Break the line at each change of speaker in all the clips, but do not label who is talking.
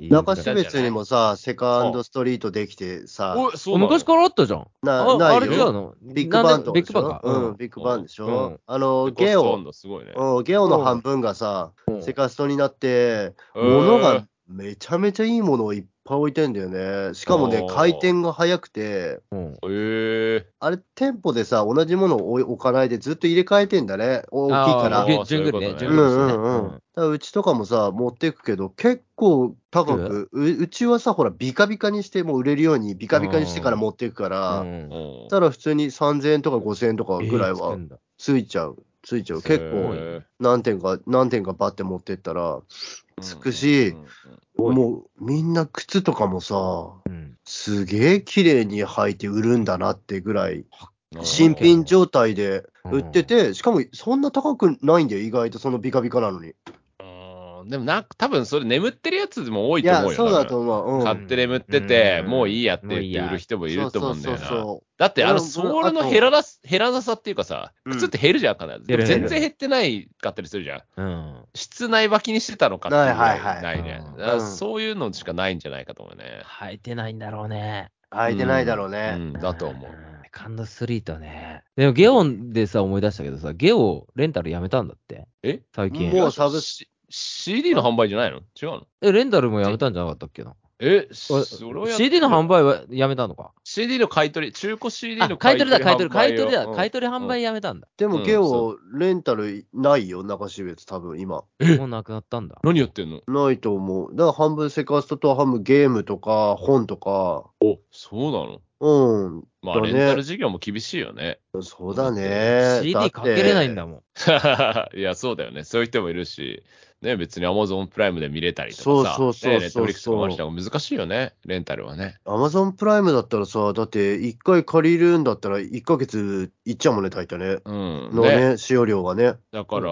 いい
中
です
標
ね
別にもさ、セカンドストリートできてさ、
おそう
あ
なの
昔からあったじゃん。
な
あ
ない
あれ違う
よ。
の
ビッグバン
なんで
とか
ビ
で
ッ
し
グバン
ょ
か。
うん、ビッグバンでし
うん
ょあの、
ゴ
ゲ
スト
オ
ン、ドすごいね。
うんゲオの半分がさ、
うん
セカストになって、
うん
物がめちゃめちゃいいものをいっぱい置いてんだよね。しかもね
お、ー
回転が速くて、
うん
えー、
あれ、店舗でさ、同じものを置かないでずっと入れ替えてんだね。お大きいか
あ
ら。
ー順繰りね。
そう
順
う
繰り
ん
いうこ
ですね
んうん。だからうちとかもさ、持ってくけど、結構高く、ううちはさ、ほら、ビカビカにして、もう売れるように、ビカビカにしてから持っていくから、
うん
うん
ただ普通に3000円とか5000円とかぐらい
えーつく
は
んだ
ついちゃう。ついちゃう。結構、
へー
何点か、何点かバッて持ってったら、つくし
うんうんうん
ごい
もう、みんな靴とかもさ、
うん
すげえ綺麗に履いて売るんだなってぐらい、
うん
新品状態で
うん
売ってて、しかもそんな高くないんだよ、意外とそのビカビカなのに。
うんでもなんか多分それ眠ってるやつも多い
い
と思う
や、
よ。
そうだ
多
と思う。う
分
ん
買って眠ってて、
うん
もういいやって
も
言っ
ういい
て
や
売る人もいると思うんだよ
そうそう
な。
そう
だってあの
俺も
ソール
あ
の
と
ヘララスヘラダさっていうかさ、
うん
靴って減るじゃん、必ず。
減
でも
る減る
全然減ってないかったりするじゃん。
うん
室内履きにしてたのかっていうぐら
はいはいはい
ないね
うん。
だから
うん
そういうのしかないんじゃないかと思うね。
生えてないんだろうね。
空いてないだろう
う
ね。
んだと思う。
ん。セカンドストリートね。でもゲオンでさ、思い出したけどさ、ゲオレンタルやめたんだって。
え
最近。
もうサブ
し CD の販売じゃないの違うの
え、レンタルもやめたんじゃなかったっけな
え、
あ
それをやっ
?CD の販売はやめたのか
CD の買い取り、中古 CD
あ
の、
買い取りだ、買い取り、買い取り
販売
だ、
を
買い取り販売やめたんだ。
で
う
も、
ん
ゲオ、レンタルないよ、中標別、多分今。
うん
もうなくなったんだ。
何やってんの
ないと思う。だから半分セカストと半分ゲームとか、本とか。
お、そうなの
うん。
まあ、
だ
レ
ね
ンタル事業も厳しいよね。
そうだね。
CD かけれないんだ
も
もん。
いや、そうだよね。そういう人もいるし、ね、別に Amazon プライムで見れたりとかさ、
そうそうそうそう
ね、ネットフリックスとかもあるし、難しいよね、レンタルはね。
ん。アマゾンプライムだったらさ、だって一回借りるんだったら一ヶ月いっちゃうもんね、大体ね。
うん。
の
ね
ね、使用量がね。
だから、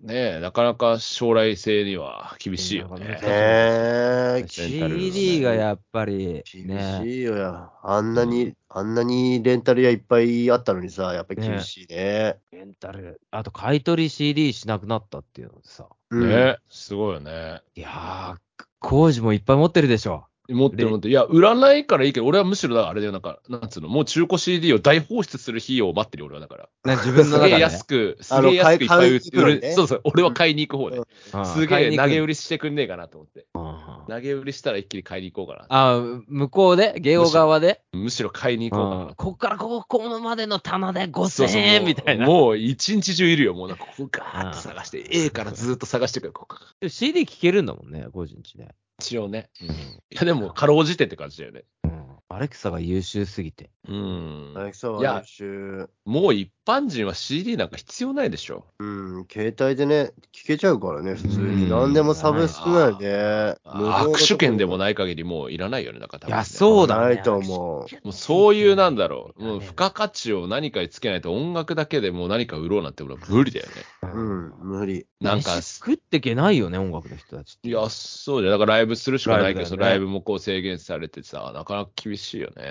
ね、なかなか将来性には厳しいよ
ね
ね。
えー、
レンタルのね
CD がやっぱり、
厳
ね。
しいよや。あんなに、あんなにレンタル屋いっぱいあったのにさ、やっぱり厳しいね。
レンタル、あと買い取り CD しなくなったっていうのでさ。
うん
ね、すごいよね。
いやー、工事もいっぱい持ってるでしょ。
持ってる持ってる。いや、売らないからいいけど、俺はむしろ、だからあれだよ、なんか、なんつうの、もう中古 CD を大放出する費用を待ってるよ、俺はだから。
ね自分の
す
中
げ
で
え
ね。
安く、すげえ安くいっぱい売っ
買い買いに行
て売
くの
る。
ね
そうそう、俺は買いに行く方ね。
うん
すげえ投げ売
り。
りしてくんねえかなと思って。
うん
投げ売りしたら一気に買いに行こうかな。
あー、向こうで、ゲオ側で、
むしろ買いに
う
行こうか
ん
な。
ここからこここのまでの棚で
そう
5000
そう
円みたいな。
もうもう一日中いるよ。もうなんかここガーッと探して、A からずっと探してくる。ここ
CD 聴けるんだもんね、50日ね。
一応ね。いや、でも、かろうじてって感じだよね。
うんアレクサが優秀すぎて。
うん
アレクサ
いや
は優秀。
もう一般人は CD なんか必要ないでしょ。
うん、携帯でね、聞けちゃうからね、普通
うん
に。何でもサブスクなんで。
握手券でもない限りもういらないよね。だから多分
い
ね
や、そうだね。
ないと思う
もうそういうなんだろう、もう
ね
付加価値を何かにつけないと音楽だけでもう何か売ろうなんて俺は無理だよね。
う
うん
ん、無理。
なんか、
飯食ってけないよね、音楽の人たちって。
いや、そうじゃん、だからライブするしかないけど、
ライ
そ
ブ
の
だよね
ライブもこう制限されてさ、なかなか厳しいよね。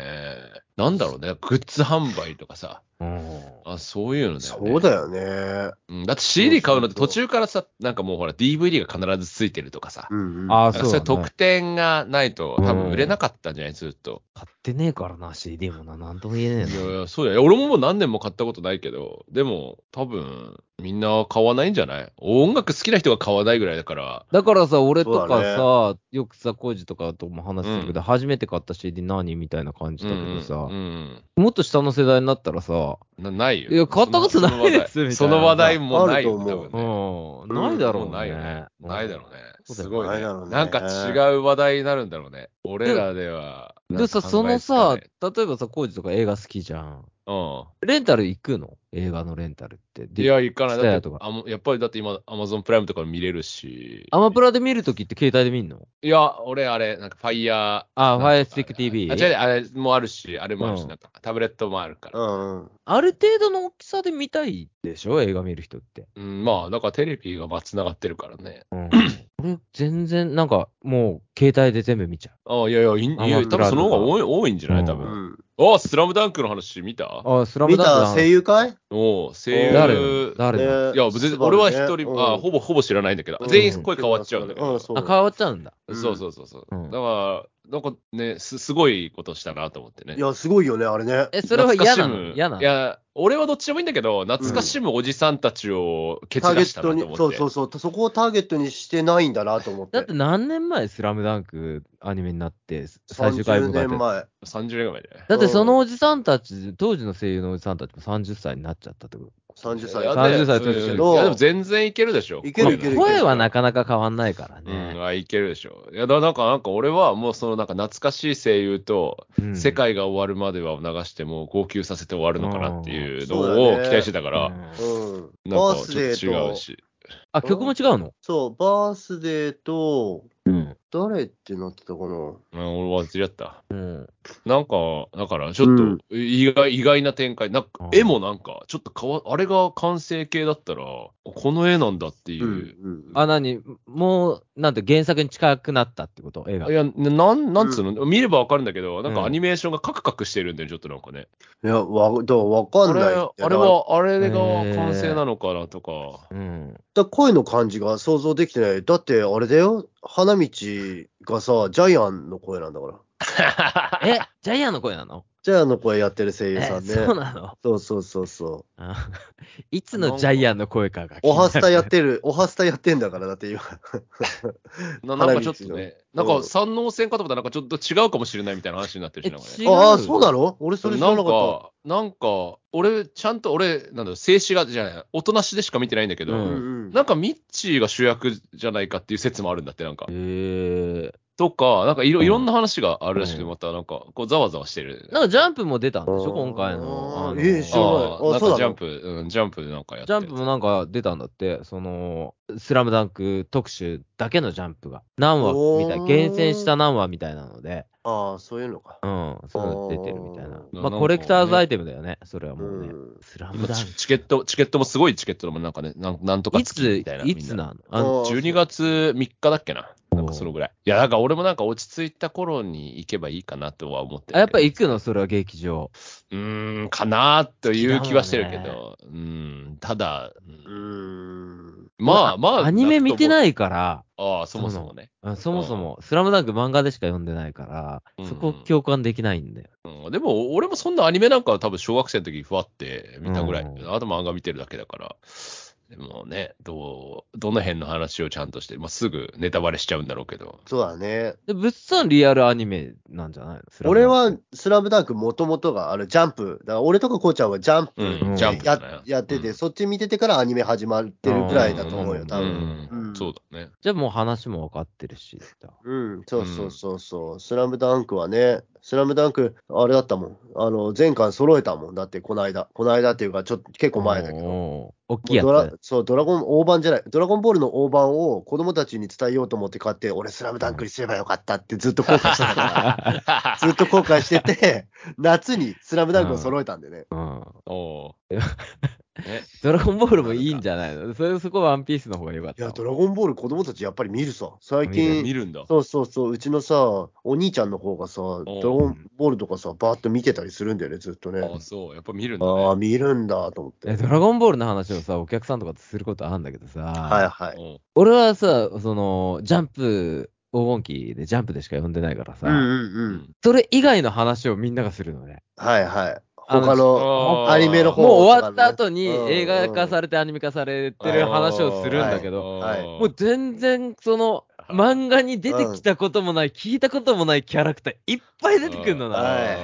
なんだろうね、グッズ販売とかさ、
うん
あそういうのだよね。
そうだよね。
うんだって CD 買うのって途中からさ、なんかもうほら DVD が必ずついてるとかさ、
うん
あ
うん。
な
あ、
んか
そう
そうい
だ
う
ね、
特典がないと多
う
分
ん
売れなかったんじゃないずっと。
買ってねえからな、CD もな、なんとも言えね
い
え
や
ない
や、そうだよ。俺ももう何年も買ったことないけど、でも多分みんな買わないんじゃない音楽好きな人が買わないぐらいだから、
だからさ、俺と
そ
か
う
さ、よくさ、コージとかとも話してるけど、初めて買った CD 何みたいな感じだけどさ、
うんうん
もっと下の世代になったらさ、
うんなないよ。
いや買ったことないですみたいな
その話題もないよ、
あると思う
多
う
分ね
ん、ないだろうね。
もないよね。ないだろうね。
そうだよ
すごい
ない
ね。
だろうね
なんか違う話題になるんだろうね。俺らでは。
でさ、
なんか
そ
考え
の
つか
さ、
ない
例えばさ、コージとか映画好きじゃん。
うん。
レンタル行くの映画のレンタルって。
い
で、
や、行かない。
ツタ
だ
ヤ
って
とか
あもやっぱりだって今、アマゾンプライムとか見れるし。
アマプラで見るときって携帯で見んの
いや、俺、あれ、なんか、ファイヤー。
あ、
なん
フ
か
ァイアスティック TV?
あ、違う、あれもあるし、あれもあるし、
うん
なんか、タブレットもあるから。
うんうん。
ある程度の大きさで見たいでしょ映画見る人って。
うん、まあ、だからテレビがまあ繋がってるからね。
うん。俺、全然、なんか、もう、携帯で全部見ちゃ
あいやいや、いいい
アマ
や
プ
多
ラ
分その方が多い多いんじゃない多
う
う
分。
ん。
あ、スラムダンクの話見た
あ、スラム
見
ダンク
た
の話
声優かい
おう声優。
誰誰の
いや、別に俺は一人、あ、ほぼほぼ知らないんだけど、
うん
全員声変わっちゃうんだけ
う
ど。
ん
そ
そう
あ、変わっちゃうんだ。
う
うん
そうそうそうそう。
うん
だから、なんかねす、すごいことしたなと思ってね
い。や、すごいよね、あれね。
え、それは嫌な
懐かし
の
む
嫌なの
いや、俺はどっちでもいいんだけど、懐かしむおじさんたちを蹴
ター
散
ゲ
らし
ッ
たなと
ト
思
に
って。、
そうそうそう、そこをターゲットにしてないんだなと思って。
だって何年前、スラムダンクアニメになって、最終回
30
迎え
年
て。
前。
30年前で。
だってそのおじさんたち、当時の声優のおじさんたちも30歳になっちゃったってこ
30
いや
だ
歳。
30歳
で
年
だけど
いや、でも全然いけるでしょ。
いけ
と。
る
ま
いけるいける
あ声はなかなか変わんないから
うん、
ね。
あいけるでしょ。いや、だからなんか、なんか俺はもうそのなんか懐かしい声優と、
うん
世界が終わるまではを流してもう号泣させて終わるのかなっていうの
うんそう
を
だね
期待してたから、
うん
うん。
な
バ
ん
ー
か
ス
ちょ
デ
っと違
ー
う
と、
し。
あ、曲も違うの
そう、バースデーと、
うん。
誰ってなってたかな。
うん、俺忘れちゃった。
うん。
なんか、だからちょっ
うん
と意外,、意外な展開。なん
う
か
ん
絵もなんか、ちょっと変わ、あれが完成形だったら、この絵なんだっていうう。
ん。
あ、なに、もう、なんて原作に近くなったってこと映画
い。や、ななん、なんつうの、見ればわかるんだけど、なんかアニメーションがカクカクしてるんで、ちょっとなんかね。
いや、わ、だからわか
あ
ん
れ、
ない。
あれは、あれが完成なのかなとか。
うん。
だから声の感じが想像できてない。だって、あれだよ。花道がさ、ジャイアンの声なんだから。
え、ジャイアンの声なの
ジャイアンの声やってる声優
え、
さんね。
そうなの
そうそうそうそう。
あ いつのジャイアンの声かが気に
お
なる。
はスタやってる、おはスタやってんだから、だって今。
なな
花
ん
火
かちょっとね、
打
な
ちの
んか三能戦かと思ったらなんかちょっと違うかもしれないみたいな話になって
え
るし、なんか
違
ね。
う
ああ、そうなの俺それ知
な
ら
ん
なかっ
か、なんか、俺、ちゃんと俺、なんだろう、静止画じゃない、おとなしでしか見てないんだけど、
う
た。
ん
ん
なんかミッチーが主役じゃないかっていう説もあるんだって、なんか
へ。え
とか、なんかいろ
うん
いろんな話があるらしくて、
うん
またなんか、こう、ざわざわしてる。
なんかジャンプも出たんでしょ
あー
今回の。あの
えー知らない
あ
あ
あ、なん
そうな
か
の
ジャンプ、うん、ジャンプでなんかやって
ジャンプもなんか出たんだって、その、スラムダンク特集だけのジャンプが。何話みたい
お
な、
ー
厳選した何話みたいなので、
ああ、そういうのか。
うん、そういうの出てるみたいな。
ー
まあ
な
コレクターズアイテムだよね、それはもうね。
うん
スラム
今
ダン
チチケット、チケットもすごいチケットもなんかね、なんなんと
ク。
か
い
付き
つ
みたいな。、
い
みん
つ
な
なの
あ
あの、
12月3日だっけな。なんかそのぐらい。いや、なんか俺もなんか落ち着いた頃に行けばいいかなとは思ってるけど
あやっぱ行くのそれは劇場。
うーん、かなという気はしてるけ
違う
ど、うん、ただ、う
う
ん
ん。
まあまあ。。
アニメ見てないいから、
ああ、そもそもね。
あそもそも、スラムダンク漫画でしか読んでないから、そこ
うんうん
共感できないんだよ。
うん、でも、俺もそんなアニメなんかは多分小学生の時にふわって見たぐらい。
うん
あと漫画見てるだけだから。でもね、どう、どの辺の話をちゃんとして、まあ、すぐネタバレしちゃうんだろうけど。
そうだね。
で、物産リアルアニメなんじゃないのスラムダン
俺
ク
は、スラムダンクもともとが、あれ、ジャンプ。だから俺とかこうちゃんはジャンプ
うん
で
ジャン
プだね
ややって
う
て、
ん
そっち見ててからアニメ始まってるぐらいだと思う
う
よ、
ん
多分。
うん
うん
そう だね。
じゃあもう話も分かってるし。
うん、そうそうそうそう。スラムダンクはね、スラムダンク、あれだったもん。あの、全巻揃えたもん。だって、この間。この間っていうか、ちょっと結構前だけど。
ど。大きいや
ドラ
つ。
そう、ドラゴン、大判じゃない、ドラゴンボールの大判を子供たちに伝えようと思って買って、俺、スラムダンクにすればよかったってずっと後悔してたから、ずっと後悔し てて、夏にスラムダンクを揃えたんでね。
うん。
おーね、
ドラゴンボールもいいんじゃない のそれそこはワンピースの方が良かっ
いや、
た。
ドラゴンボール子供たちやっぱり見るさ。最
見
近、
るんだ。
そうそうそう、うちのさ、お兄ちゃんの方がさ、ドラゴンボールとかさ、バーッと見てたりするんだよね、ずっとね。
ああ、そう、やっぱ見るんだ、ね。
ああ、見るんだと思って。
えドラゴンボールの話をさ、お客さんとかとすることあるんだけどさ、
はいはい。
うん
俺はさ、その、ジャンプ、黄金期でジャンプでしか読んでないからさ、
うんうんうん。
それ以外の話をみんながするのね。
はいはい。
あの
他の、
あー
アニメの方
もう終わった
と
後に
うんうん
映画化されてアニメ化されてる話をするんだけど、
はい
もう全然その漫画に出てきたこともない、聞いたこともないキャラクターいっぱい出てくるの
あ
な。
はいはい。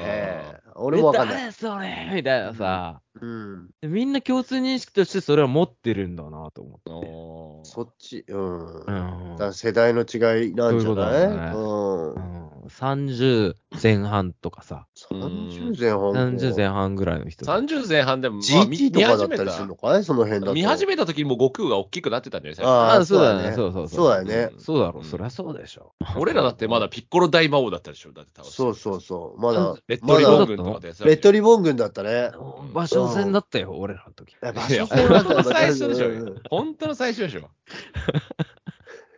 俺もわかんない。
え誰それみたいなさ、
うん。
みんな共通認識としてそれは持ってるんだなと思って。
おー
そっち、うん。
う
だ
ん
から世代の違いなんじゃない
そうういうことだね
ん。
30前半とかさ、
30前半。
30前半ぐらいの人。
30前半でも、まあ、見
GT と
見
かだ
始
っ
め
たりする
た
のかいその辺だと。
見始めた時にもう悟空が大きくなってたんじゃないですか。
あ
あそ
あ、そう
う
だ
だ
よ
ね、
ね。
そうそう
そうだよ
ね
そうだろ、
うん
そりゃそうでしょ。
俺らだってまだピッコロ大魔王だったでしょ。だって倒して
そうそうそう。まだ、
レッ
ま
ドリボン
だ、
軍とかでさ。
レッドリボン軍だったね。
場所戦だったよ、俺らの時。
いや
いや、
場所取ら
本
れたんだけど
当の最初でし
うん
ょ。本当の最初でしょ。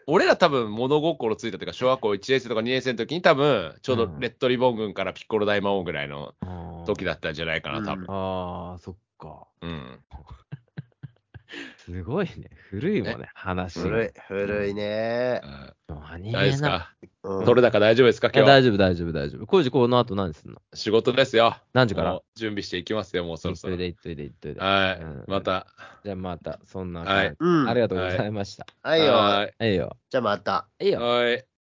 俺ら多分物心ついたというか、小学校1年生とか2年生の時に多分、ちょうどレッドリボン軍からピッコロ大魔王ぐらいの時だったんじゃないかな、多分。
ああ、そっか。
うん。
すごいね。古いもんね、話が。
古い、古いね。
何気
うん大丈夫
ない
ですか
うん
取れ高大丈夫ですか
いや
今日。
大丈夫、大丈夫、大丈夫。工事、この後何すんの
仕事ですよ。
何時から
もう準備していきますよ、もうそろそろ。
いっとい
は
で、いっといで、いっといで。
い
うん。
また。
じゃあまた、そんな、
はい
感じ
うん。
ありがとうございました。
はいよ。
は
ええよ。
じゃあまた。
ええ
い
よ。
はい。